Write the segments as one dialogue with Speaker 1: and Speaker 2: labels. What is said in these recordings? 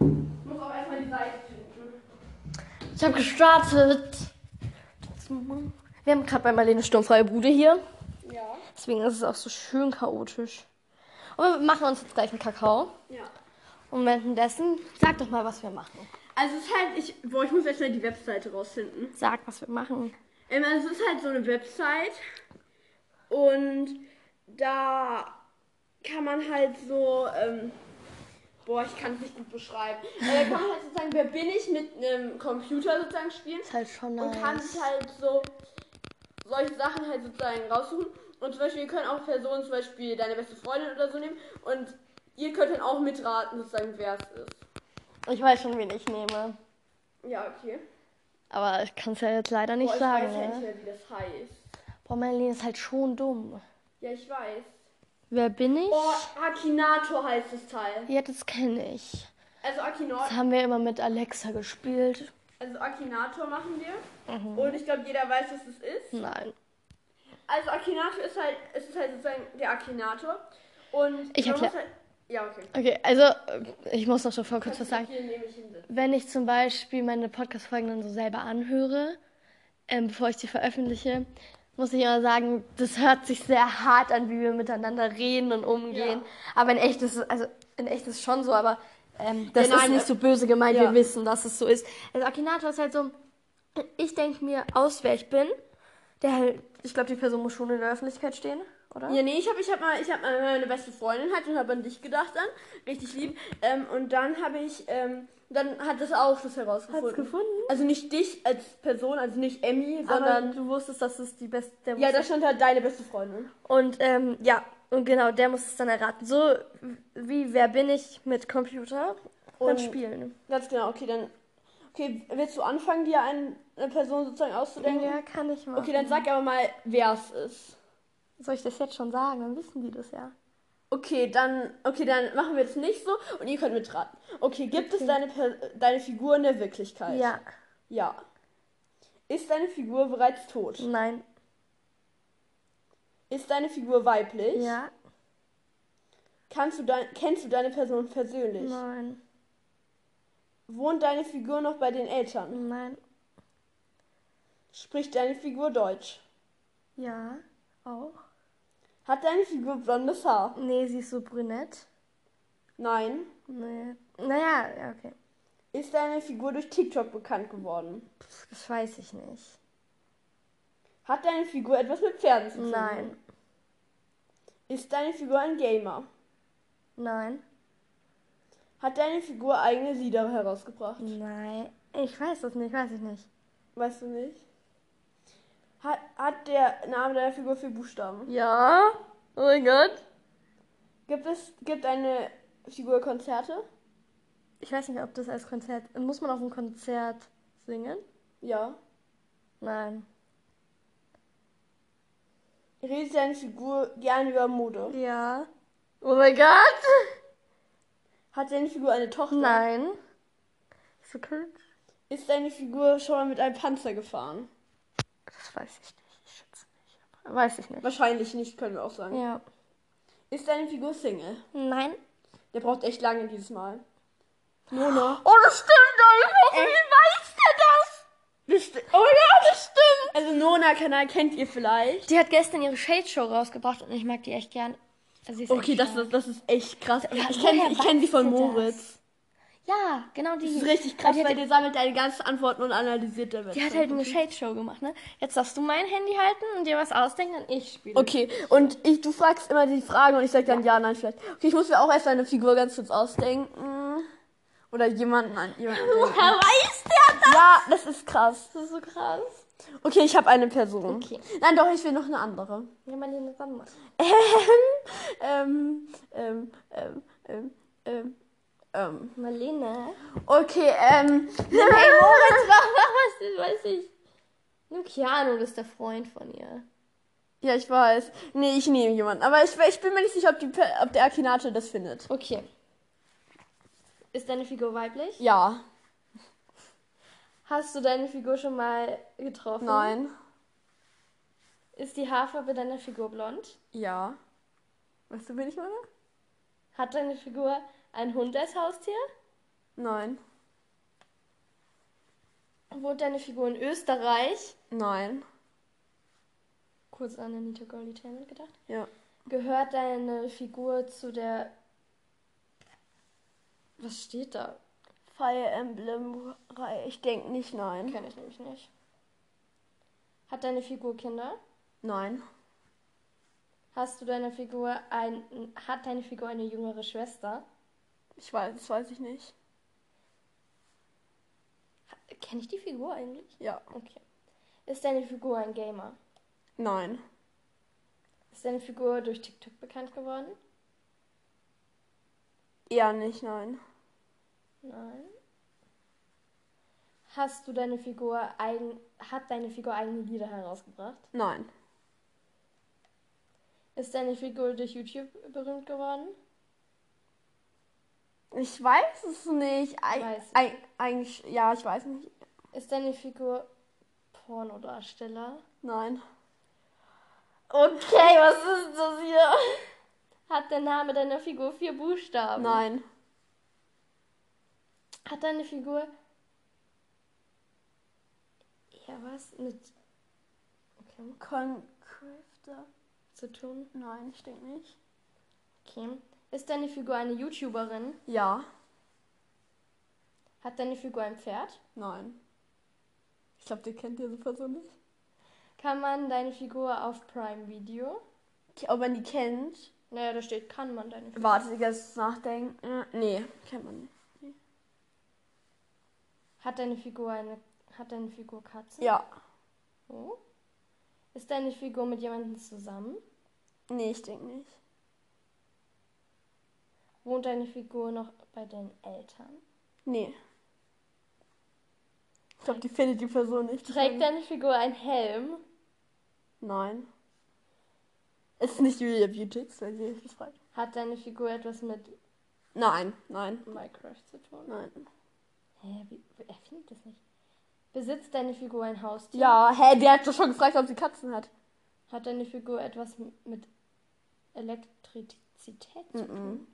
Speaker 1: Ich muss auch erstmal die Seite finden.
Speaker 2: Ich habe gestartet. Wir haben gerade bei Marlene sturmfreie Bude hier.
Speaker 1: Ja.
Speaker 2: Deswegen ist es auch so schön chaotisch. Und wir machen uns jetzt gleich einen Kakao.
Speaker 1: Ja.
Speaker 2: Und währenddessen, sag doch mal, was wir machen.
Speaker 1: Also es ist halt, ich, boah, ich muss erst mal die Webseite rausfinden.
Speaker 2: Sag, was wir machen.
Speaker 1: Ähm, also es ist halt so eine Website und da kann man halt so, ähm, boah, ich kann es nicht gut beschreiben. Äh, da kann man halt sozusagen, wer bin ich mit einem Computer sozusagen spielen
Speaker 2: Ist halt schon
Speaker 1: und kann sich halt so solche Sachen halt sozusagen raussuchen. Und zum Beispiel, ihr könnt auch Personen, zum Beispiel deine beste Freundin oder so nehmen und ihr könnt dann auch mitraten sozusagen, wer es ist.
Speaker 2: Ich weiß schon, wen ich nehme.
Speaker 1: Ja, okay.
Speaker 2: Aber ich kann es ja jetzt leider nicht
Speaker 1: Boah, ich
Speaker 2: sagen.
Speaker 1: weiß ja nicht
Speaker 2: ne?
Speaker 1: mehr, wie das heißt.
Speaker 2: Boah, Marlene ist halt schon dumm.
Speaker 1: Ja, ich weiß.
Speaker 2: Wer bin ich?
Speaker 1: Oh, Akinator heißt das Teil.
Speaker 2: Ja, das kenne ich.
Speaker 1: Also
Speaker 2: Das
Speaker 1: Akinator,
Speaker 2: haben wir immer mit Alexa gespielt.
Speaker 1: also Akinator machen wir. Und ich glaube, jeder weiß, was es ist.
Speaker 2: Nein.
Speaker 1: Also Akinator ist halt, es ist halt sozusagen der Akinator. Und
Speaker 2: Ich
Speaker 1: man muss
Speaker 2: erklär-
Speaker 1: halt, Ja, okay.
Speaker 2: Okay, also äh, ich muss noch davor kurz was sagen.
Speaker 1: Hier nehme ich ihn.
Speaker 2: Wenn ich zum Beispiel meine Podcast-Folgen dann so selber anhöre, ähm, bevor ich die veröffentliche, muss ich immer sagen, das hört sich sehr hart an, wie wir miteinander reden und umgehen.
Speaker 1: Ja.
Speaker 2: Aber in echt ist es, also in echt ist es schon so, aber ähm, das
Speaker 1: Ja,
Speaker 2: ist
Speaker 1: nein,
Speaker 2: nicht
Speaker 1: äh,
Speaker 2: so böse gemeint.
Speaker 1: ja.
Speaker 2: Wir wissen, dass es so ist. Also Akinator ist halt so, ich denke mir aus, wer ich bin. Der, halt- ich glaube, die Person muss schon in der Öffentlichkeit stehen, oder?
Speaker 1: Ja, nee, ich habe ich hab mal, ich hab mal meine beste Freundin hat und habe an dich gedacht dann. Richtig lieb. Ähm, und dann habe ich, ähm, dann hat das auch das herausgefunden.
Speaker 2: gefunden?
Speaker 1: Also nicht dich als Person, also nicht Emmy,
Speaker 2: Sondern
Speaker 1: sondern.
Speaker 2: du wusstest, dass es die beste. Der
Speaker 1: Ja,
Speaker 2: wusste-
Speaker 1: da stand halt deine beste Freundin.
Speaker 2: Und ähm, ja, und genau, der muss es dann erraten. So wie Wer bin ich mit Computer und,
Speaker 1: Und-
Speaker 2: Spielen.
Speaker 1: Ganz genau, okay, dann. Okay, willst du anfangen, dir einen- eine Person sozusagen auszudenken?
Speaker 2: Ja, kann ich mal.
Speaker 1: Okay, dann sag aber mal, wer es ist.
Speaker 2: Soll ich das jetzt schon sagen? Dann wissen die das ja.
Speaker 1: Okay, dann, okay, dann machen wir es nicht so und ihr könnt mitraten. Okay, gibt es deine, Per- deine Figur in der Wirklichkeit?
Speaker 2: Ja,
Speaker 1: Ja. Ist deine Figur bereits tot?
Speaker 2: nein,
Speaker 1: Ist deine Figur weiblich?
Speaker 2: ja,
Speaker 1: Kannst du dein, kennst du deine Person persönlich?
Speaker 2: nein,
Speaker 1: Wohnt deine Figur noch bei den Eltern?
Speaker 2: nein,
Speaker 1: Spricht deine Figur Deutsch?
Speaker 2: ja, auch.
Speaker 1: Hat deine Figur blondes Haar?
Speaker 2: Nee, sie ist so brünett.
Speaker 1: Nein.
Speaker 2: Nee. Naja, ja, okay.
Speaker 1: Ist deine Figur durch TikTok bekannt geworden?
Speaker 2: Pff, Das weiß ich nicht.
Speaker 1: Hat deine Figur etwas mit Pferden
Speaker 2: Mhm.
Speaker 1: zu tun?
Speaker 2: Nein,
Speaker 1: Ist deine Figur ein Gamer?
Speaker 2: nein,
Speaker 1: Hat deine Figur eigene Lieder herausgebracht?
Speaker 2: nein. Ich weiß das nicht, weiß ich nicht.
Speaker 1: Weißt du nicht? Hat, hat der Name deiner Figur vier Buchstaben?
Speaker 2: Ja? Oh mein Gott.
Speaker 1: Gibt es gibt eine Figur Konzerte?
Speaker 2: Ich weiß nicht, ob das als Konzert. Muss man auf einem Konzert singen?
Speaker 1: Ja.
Speaker 2: Nein.
Speaker 1: Redet deine Figur gerne über Mode?
Speaker 2: Ja. Oh mein Gott!
Speaker 1: Hat deine Figur eine Tochter?
Speaker 2: Nein. So cringe.
Speaker 1: Ist deine Figur schon mal mit einem Panzer gefahren?
Speaker 2: Das weiß ich nicht. Ich schätze nicht. aber Weiß ich nicht.
Speaker 1: Wahrscheinlich nicht, können wir auch sagen.
Speaker 2: Ja.
Speaker 1: Ist deine Figur Single?
Speaker 2: Nein.
Speaker 1: Der braucht echt lange dieses Mal. Mona.
Speaker 2: Oh, das stimmt doch. Wie weißt du das?
Speaker 1: Besti
Speaker 2: Oh ja, das stimmt.
Speaker 1: also Nona-Kanal kennt ihr vielleicht.
Speaker 2: Die hat gestern ihre Shade Show rausgebracht und ich mag die echt gern. Also sie ist
Speaker 1: Okay,
Speaker 2: echt
Speaker 1: das
Speaker 2: stark.
Speaker 1: ist, das ist echt krass. Ich
Speaker 2: woher
Speaker 1: kenne ich kenn sie
Speaker 2: weißt
Speaker 1: von
Speaker 2: du das?
Speaker 1: Moritz.
Speaker 2: Ja, genau die.
Speaker 1: Das ist richtig krass,
Speaker 2: die hat,
Speaker 1: weil der sammelt deine ganzen Antworten und analysiert damit.
Speaker 2: die hat halt eine Shade Show gemacht, ne? Jetzt darfst du mein Handy halten und dir was ausdenken und ich spiele.
Speaker 1: Okay, und ich, du fragst immer die Fragen und ich sag dann ja, nein, vielleicht. Okay, ich muss mir auch erst eine Figur ganz kurz ausdenken. Oder jemanden an jemanden. denken.
Speaker 2: Woher weiß der das?
Speaker 1: ja, das ist krass.
Speaker 2: Das ist so krass.
Speaker 1: Okay, ich habe eine Person.
Speaker 2: Okay.
Speaker 1: Nein, doch, ich will noch eine andere.
Speaker 2: Ja, mal den dann machen.
Speaker 1: Ähm, ähm, ähm, ähm, ähm, ähm.
Speaker 2: Marlene.
Speaker 1: Okay, ähm.
Speaker 2: Hey Moritz, mach, mach was, das weiß ich. Nur Keanu, das ist der Freund von ihr.
Speaker 1: Ja, ich weiß. Nee, ich nehme jemanden. Aber ich, ich bin mir nicht sicher, ob, die, Pe- ob der Akinator das findet.
Speaker 2: Okay. Ist deine Figur weiblich?
Speaker 1: Ja,
Speaker 2: Hast du deine Figur schon mal getroffen?
Speaker 1: nein,
Speaker 2: Ist die Haarfarbe deiner Figur blond?
Speaker 1: ja. Weißt du, wen ich meine?
Speaker 2: Hat deine Figur einen Hund als Haustier?
Speaker 1: Nein.
Speaker 2: Wohnt deine Figur in Österreich?
Speaker 1: Nein.
Speaker 2: Kurz an Anita Girlie Taylor gedacht.
Speaker 1: Ja.
Speaker 2: Gehört deine Figur zu der. Was steht da?
Speaker 1: Fire Emblem-Reihe. Ich denke nicht, nein.
Speaker 2: Kenne ich nämlich nicht. Hat deine Figur Kinder?
Speaker 1: Nein.
Speaker 2: Hast du deiner Figur ein. Hat deine Figur eine jüngere Schwester?
Speaker 1: Ich weiß, das weiß ich nicht.
Speaker 2: Kenne ich die Figur eigentlich?
Speaker 1: Ja.
Speaker 2: Okay. Ist deine Figur ein Gamer?
Speaker 1: Nein.
Speaker 2: Ist deine Figur durch TikTok bekannt geworden?
Speaker 1: Eher nicht, nein.
Speaker 2: Nein. Hast du deine Figur eigen, hat deine Figur eigene Lieder herausgebracht?
Speaker 1: Nein.
Speaker 2: Ist deine Figur durch YouTube berühmt geworden?
Speaker 1: Ich weiß es nicht. Eig
Speaker 2: Weiß ich
Speaker 1: eig eigentlich, ja, ich weiß nicht.
Speaker 2: Ist deine Figur Pornodarsteller?
Speaker 1: Nein.
Speaker 2: Okay, was ist das hier? Hat der Name deiner Figur vier Buchstaben?
Speaker 1: Nein.
Speaker 2: Hat deine Figur. Ja, was? Mit. Okay.
Speaker 1: Concrafter?
Speaker 2: Zu tun?
Speaker 1: Nein, ich denke nicht.
Speaker 2: Okay. Ist deine Figur eine YouTuberin?
Speaker 1: Ja.
Speaker 2: Hat deine Figur ein Pferd?
Speaker 1: Nein. Ich glaube, die kennt diese Person nicht.
Speaker 2: Kann man deine Figur auf Prime Video?
Speaker 1: Ich- Ob man die kennt.
Speaker 2: Naja, da steht, kann man deine Figur.
Speaker 1: Warte, ich muss nachdenken. Nee, kennt man nicht.
Speaker 2: Hat deine Figur eine. Hat deine Figur Katzen?
Speaker 1: Ja.
Speaker 2: Oh. Ist deine Figur mit jemandem zusammen?
Speaker 1: Nee, ich denke nicht.
Speaker 2: Wohnt deine Figur noch bei deinen Eltern?
Speaker 1: Nee. Ich glaube, die findet die Person nicht.
Speaker 2: Trägt deine Figur einen Helm?
Speaker 1: Nein. Es ist nicht Julia Beautix, wenn sie mich fragt.
Speaker 2: Hat deine Figur etwas mit
Speaker 1: Nein, nein,
Speaker 2: Minecraft zu tun?
Speaker 1: nein.
Speaker 2: Hä, wie, er findet das nicht. Besitzt deine Figur ein Haustier?
Speaker 1: Ja, hä, der hat doch schon gefragt, ob sie Katzen hat.
Speaker 2: Hat deine Figur etwas m- mit Elektrizität zu tun?
Speaker 1: Mhm.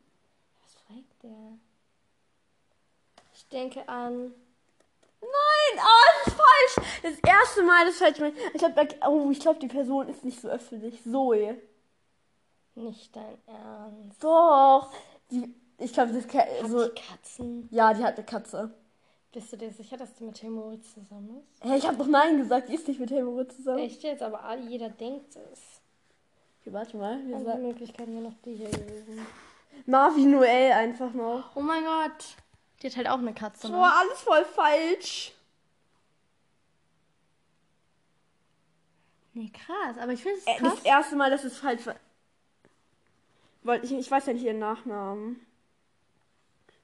Speaker 2: Was fragt der? Ich denke an.
Speaker 1: Nein, oh, das ist falsch. Das erste Mal, das ist falsch. Ich glaube, oh, ich glaube, die Person ist nicht so öffentlich. Zoe.
Speaker 2: Nicht dein Ernst.
Speaker 1: Doch. Die, ich glaube, das kann,
Speaker 2: Hat
Speaker 1: so,
Speaker 2: die Katzen.
Speaker 1: ja, die hat eine Katze.
Speaker 2: Bist du dir sicher, dass du mit Tim Moritz zusammen bist?
Speaker 1: Hä, ich habe doch nein gesagt, die ist nicht mit Helmut zusammen.
Speaker 2: Echt jetzt, aber alle- jeder denkt es.
Speaker 1: Okay, warte mal. Wir
Speaker 2: Andere
Speaker 1: sagen,
Speaker 2: Möglichkeiten wären noch die hier gewesen.
Speaker 1: Marvin Noel einfach noch.
Speaker 2: Oh mein Gott. Die hat halt auch eine Katze.
Speaker 1: Boah, alles voll falsch.
Speaker 2: Nee, krass. Aber ich finde es
Speaker 1: Äh, Das erste Mal, dass es falsch war. Wollte ich, ich weiß ja nicht ihren Nachnamen.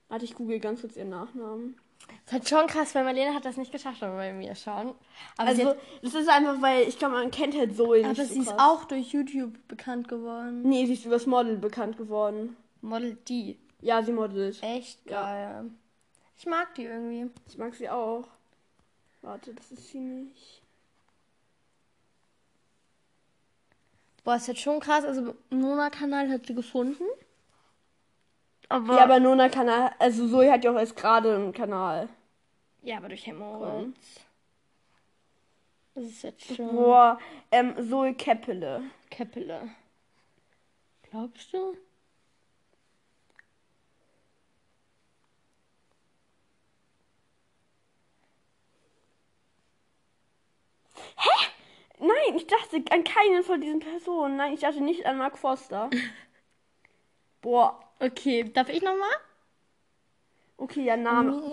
Speaker 1: Warte, ich google ganz kurz ihren Nachnamen.
Speaker 2: ist halt schon krass, weil Marlene hat das nicht geschafft, aber bei mir schon. Aber sie,
Speaker 1: Also,
Speaker 2: hat,
Speaker 1: das ist einfach, weil ich glaube, man kennt halt Zoe nicht.
Speaker 2: aber
Speaker 1: so
Speaker 2: sie ist
Speaker 1: krass.
Speaker 2: auch durch YouTube bekannt geworden.
Speaker 1: Nee, sie ist übers Model bekannt geworden.
Speaker 2: Model D.
Speaker 1: Ja, sie modelt.
Speaker 2: Echt
Speaker 1: Ja.
Speaker 2: geil. Ich mag die irgendwie.
Speaker 1: Ich mag sie auch. Warte, das ist sie nicht.
Speaker 2: Boah, ist jetzt schon krass. Also, Nona-Kanal hat sie gefunden. Aber,
Speaker 1: Ja, aber Nona Kanal. Also, Zoe hat ja auch erst gerade einen Kanal.
Speaker 2: ja, aber durch Hämorrhoid. Das ist jetzt schon.
Speaker 1: Boah, ähm, Zoe Keppele.
Speaker 2: Keppele. Glaubst du?
Speaker 1: Nein, ich dachte an keinen von diesen Personen. Nein, ich dachte nicht an Mark Foster. Boah,
Speaker 2: Okay, darf ich nochmal?
Speaker 1: okay, ja,
Speaker 2: Ähm,
Speaker 1: Name.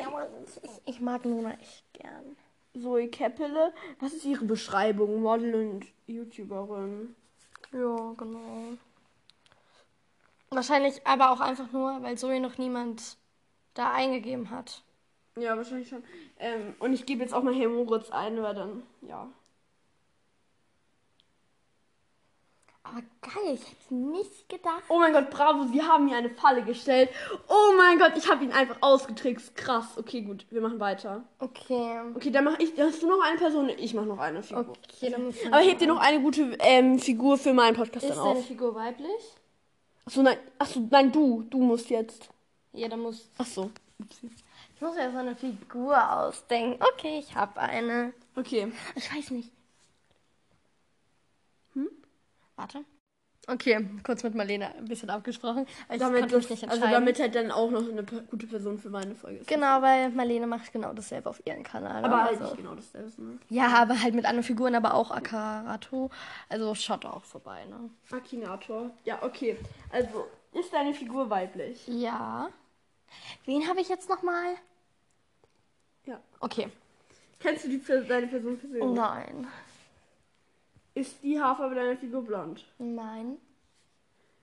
Speaker 2: Ich mag Nona echt gern.
Speaker 1: Zoe Keppele. Was ist ihre Beschreibung? Model und YouTuberin.
Speaker 2: Ja, genau. Wahrscheinlich aber auch einfach nur, weil so hier noch niemand da eingegeben hat.
Speaker 1: Ja, wahrscheinlich schon. Ähm, und ich gebe jetzt auch mal hier Moritz ein, weil dann, ja.
Speaker 2: Aber geil, ich hätte nicht gedacht.
Speaker 1: Oh mein Gott, bravo, sie haben mir eine Falle gestellt. Oh mein Gott, ich habe ihn einfach ausgetrickst. Krass. Okay, gut, wir machen weiter.
Speaker 2: Okay.
Speaker 1: Okay, dann mach ich. Hast du noch eine Person? Ich mache noch eine Figur.
Speaker 2: Okay, dann muss man
Speaker 1: Aber hebt dir noch eine gute ähm, Figur für meinen Podcast
Speaker 2: Ist
Speaker 1: dann auf.
Speaker 2: deine Figur weiblich?
Speaker 1: Achso, nein. Achso, nein, du. Du musst jetzt.
Speaker 2: Ja, dann muss.
Speaker 1: Achso.
Speaker 2: Ich muss mir jetzt mal eine Figur ausdenken. Okay, ich habe eine.
Speaker 1: Okay.
Speaker 2: Ich weiß nicht. Hm? Warte. Okay, kurz mit Marlene ein bisschen abgesprochen. aber Ich
Speaker 1: Damit
Speaker 2: konnte mich
Speaker 1: das,
Speaker 2: nicht
Speaker 1: also
Speaker 2: entscheiden.
Speaker 1: damit halt dann auch noch eine per- gute Person für meine Folge ist.
Speaker 2: genau, weil Marlene macht genau dasselbe auf ihrem Kanal.
Speaker 1: Aber halt
Speaker 2: also.
Speaker 1: nicht genau dasselbe. Ne?
Speaker 2: Ja, aber halt mit anderen Figuren, aber auch Akarato. Also schaut auch vorbei, ne?
Speaker 1: Akinator. Ja, okay. Also, ist deine Figur weiblich?
Speaker 2: Ja. Wen habe ich jetzt nochmal?
Speaker 1: Ja.
Speaker 2: Okay.
Speaker 1: Kennst du die, Per- deine Person
Speaker 2: Oh
Speaker 1: persönlich?
Speaker 2: Nein.
Speaker 1: Ist die Haarfarbe deiner Figur blond?
Speaker 2: Nein.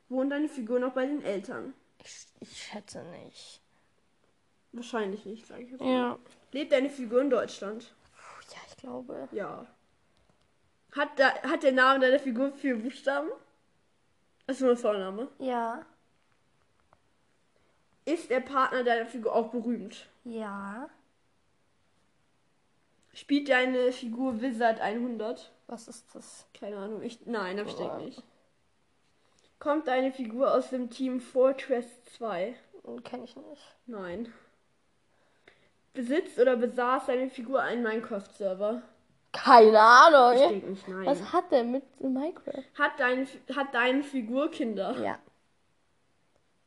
Speaker 1: Wohnt deine Figur noch bei den Eltern?
Speaker 2: Ich, ich schätze nicht.
Speaker 1: Wahrscheinlich nicht, sage ich jetzt. mal.
Speaker 2: Ja.
Speaker 1: Lebt deine Figur in Deutschland?
Speaker 2: Puh, ja, ich glaube.
Speaker 1: Ja. Hat, da, hat der Name deiner Figur vier Buchstaben? Das ist nur ein Vorname.
Speaker 2: Ja.
Speaker 1: Ist der Partner deiner Figur auch berühmt?
Speaker 2: Ja.
Speaker 1: Spielt deine Figur Wizard 100?
Speaker 2: Was ist das?
Speaker 1: Keine Ahnung, ich. Nein, hab ich
Speaker 2: Boah.
Speaker 1: denk nicht. Kommt deine Figur aus dem Team Fortress 2?
Speaker 2: Kenne Hm, ich nicht.
Speaker 1: Nein. Besitzt oder besaß deine Figur einen Minecraft-Server?
Speaker 2: Keine Ahnung.
Speaker 1: Ich denk nicht, nein.
Speaker 2: Was hat der mit Minecraft?
Speaker 1: Hat, deine, hat deine Figur Kinder?
Speaker 2: Ja.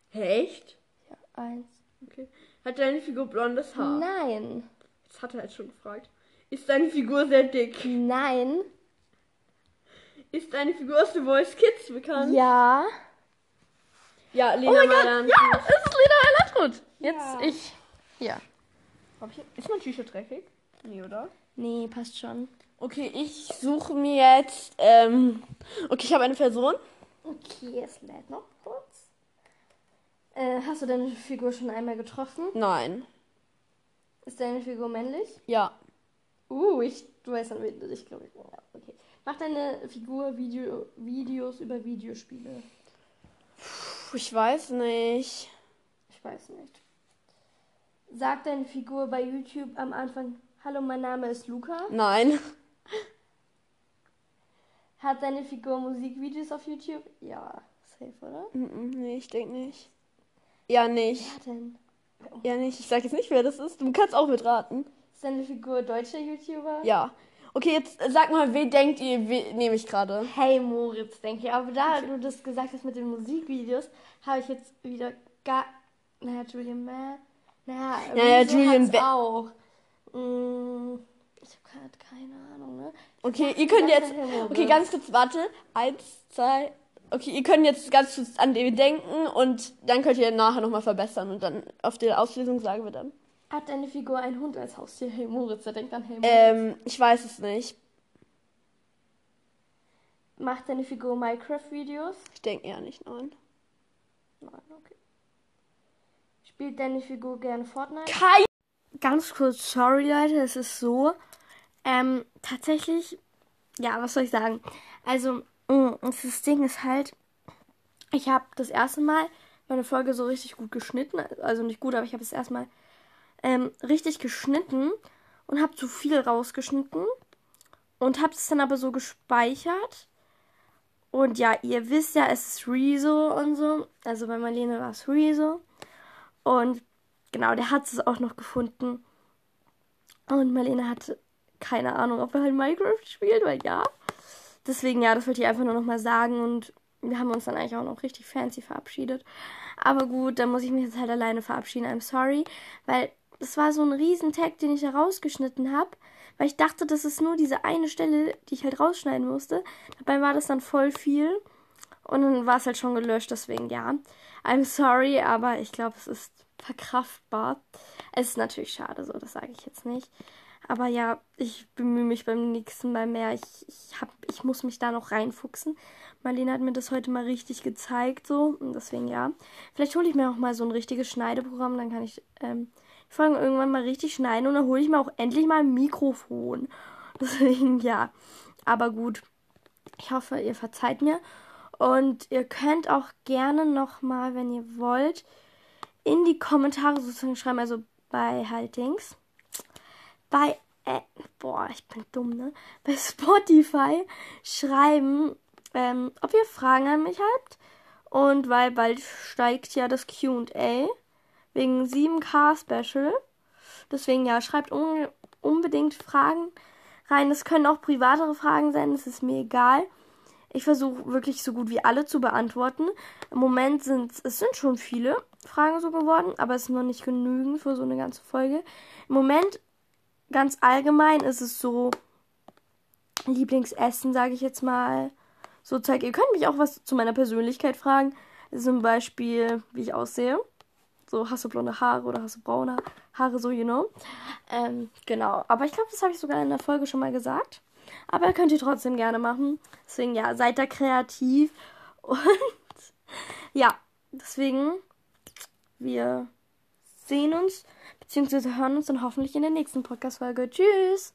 Speaker 1: Hä, echt?
Speaker 2: Ja, eins.
Speaker 1: Okay. Hat deine Figur blondes Haar?
Speaker 2: Nein.
Speaker 1: Das hat er jetzt schon gefragt. Ist deine Figur sehr dick?
Speaker 2: Nein.
Speaker 1: Ist deine Figur aus The Voice Kids bekannt?
Speaker 2: Ja.
Speaker 1: Oh Ja, Lena
Speaker 2: Oh mein Gott,
Speaker 1: Malan.
Speaker 2: Ja, es ist Lena Erlandrut. Jetzt
Speaker 1: Ja.
Speaker 2: ich. Ja.
Speaker 1: Hab ich- Ist mein T-Shirt dreckig? Nee, oder?
Speaker 2: Nee, passt schon.
Speaker 1: Okay, ich suche mir jetzt. Ähm, okay, ich habe eine Person.
Speaker 2: Okay, es lädt noch kurz. Äh, hast du deine Figur schon einmal getroffen?
Speaker 1: Nein.
Speaker 2: Ist deine Figur männlich?
Speaker 1: Ja.
Speaker 2: Uh, ich, du weißt an wen ich glaube. Ja, okay. Macht deine Figur Video, Videos über Videospiele?
Speaker 1: Puh, ich weiß nicht.
Speaker 2: Ich weiß nicht. Sagt deine Figur bei YouTube am Anfang, hallo, mein Name ist Luca?
Speaker 1: Nein.
Speaker 2: Hat deine Figur Musikvideos auf YouTube? Ja, safe, oder?
Speaker 1: Mhm, Nee, ich denke nicht. Ja, nicht.
Speaker 2: Wer denn?
Speaker 1: Ja, nicht. Ich sag jetzt nicht, wer das ist. Du kannst auch mitraten.
Speaker 2: Ist deine Figur deutscher YouTuber?
Speaker 1: Ja. Okay, jetzt äh, sag mal, wen denkt ihr, we nehme ich gerade?
Speaker 2: Hey Moritz, denke ich. Aber da du das gesagt hast mit den Musikvideos, habe ich jetzt wieder gar. Naja, Julian Bär. Naja,
Speaker 1: Naja,
Speaker 2: Rezo
Speaker 1: Julian
Speaker 2: hat's
Speaker 1: Bär-
Speaker 2: auch. Mm, ich habe keine, keine Ahnung, ne?
Speaker 1: Okay, ihr könnt
Speaker 2: sag
Speaker 1: jetzt.
Speaker 2: mal, Herr Moritz.
Speaker 1: Okay, ganz kurz, warte. Eins, zwei. Okay, ihr könnt jetzt ganz kurz an den denken und dann könnt ihr nachher nochmal verbessern und dann auf die Auslösung sagen wir dann.
Speaker 2: Hat deine Figur einen Hund als Haustier? Hey Moritz, der denkt an Hey Moritz.
Speaker 1: Ähm, ich weiß es nicht.
Speaker 2: Macht deine Figur Minecraft-Videos?
Speaker 1: Ich denke eher nicht, nein.
Speaker 2: Nein, okay. Spielt deine Figur gerne Fortnite?
Speaker 1: Kai!
Speaker 2: ganz kurz, sorry Leute, es ist so. Ähm, tatsächlich, ja, was soll ich sagen? Also, mm, das Ding ist halt, ich habe das erste Mal meine Folge so richtig gut geschnitten. Also nicht gut, aber ich habe es erstmal ähm, richtig geschnitten und habe zu viel rausgeschnitten und habe es dann aber so gespeichert. Und ja, ihr wisst ja, es ist Rezo und so. Also bei Marlene war es Rezo. Und genau, der hat es auch noch gefunden. Und Marlene hatte keine Ahnung, ob er halt Minecraft spielt, weil ja. Deswegen, ja, das wollte ich einfach nur nochmal sagen. Und wir haben uns dann eigentlich auch noch richtig fancy verabschiedet. Aber gut, dann muss ich mich jetzt halt alleine verabschieden. I'm sorry. Weil das war so ein Riesentag, den ich da rausgeschnitten habe. Weil ich dachte, das ist nur diese eine Stelle, die ich halt rausschneiden musste. Dabei war das dann voll viel. Und dann war es halt schon gelöscht, deswegen ja. I'm sorry, aber ich glaube, es ist verkraftbar. Es ist natürlich schade, so, das sage ich jetzt nicht. Aber ja, ich bemühe mich beim nächsten Mal mehr. Ich, ich, hab, ich muss mich da noch reinfuchsen. Marlene hat mir das heute mal richtig gezeigt, so. Und deswegen ja. Vielleicht hole ich mir auch mal so ein richtiges Schneideprogramm, dann kann ich ähm, die Folgen irgendwann mal richtig schneiden und dann hole ich mir auch endlich mal ein Mikrofon. Deswegen ja. Aber gut. Ich hoffe, ihr verzeiht mir. Und ihr könnt auch gerne nochmal, wenn ihr wollt, in die Kommentare sozusagen schreiben, also bei Haltings. Bei, äh, boah, ich bin dumm, ne? Bei Spotify schreiben, ähm, ob ihr Fragen an mich habt. Und weil bald steigt ja das QA wegen 7K Special. Deswegen ja, schreibt un unbedingt Fragen rein. Das können auch privatere Fragen sein, das ist mir egal. Ich versuche wirklich so gut wie alle zu beantworten. Im Moment sind es sind schon viele Fragen so geworden, aber es ist noch nicht genügend für so eine ganze Folge. Im Moment ganz allgemein ist es so Lieblingsessen, sage ich jetzt mal. So Zeug. Ihr könnt mich auch was zu meiner Persönlichkeit fragen. Zum Beispiel, wie ich aussehe. So, hast du blonde Haare oder hast du braune Ha- Haare, so, you know. Ähm, genau. Aber ich glaube, das habe ich sogar in der Folge schon mal gesagt. Aber könnt ihr trotzdem gerne machen. Deswegen, ja, seid da kreativ. Und ja, deswegen, wir sehen uns, beziehungsweise hören uns dann hoffentlich in der nächsten Podcast-Folge. Tschüss!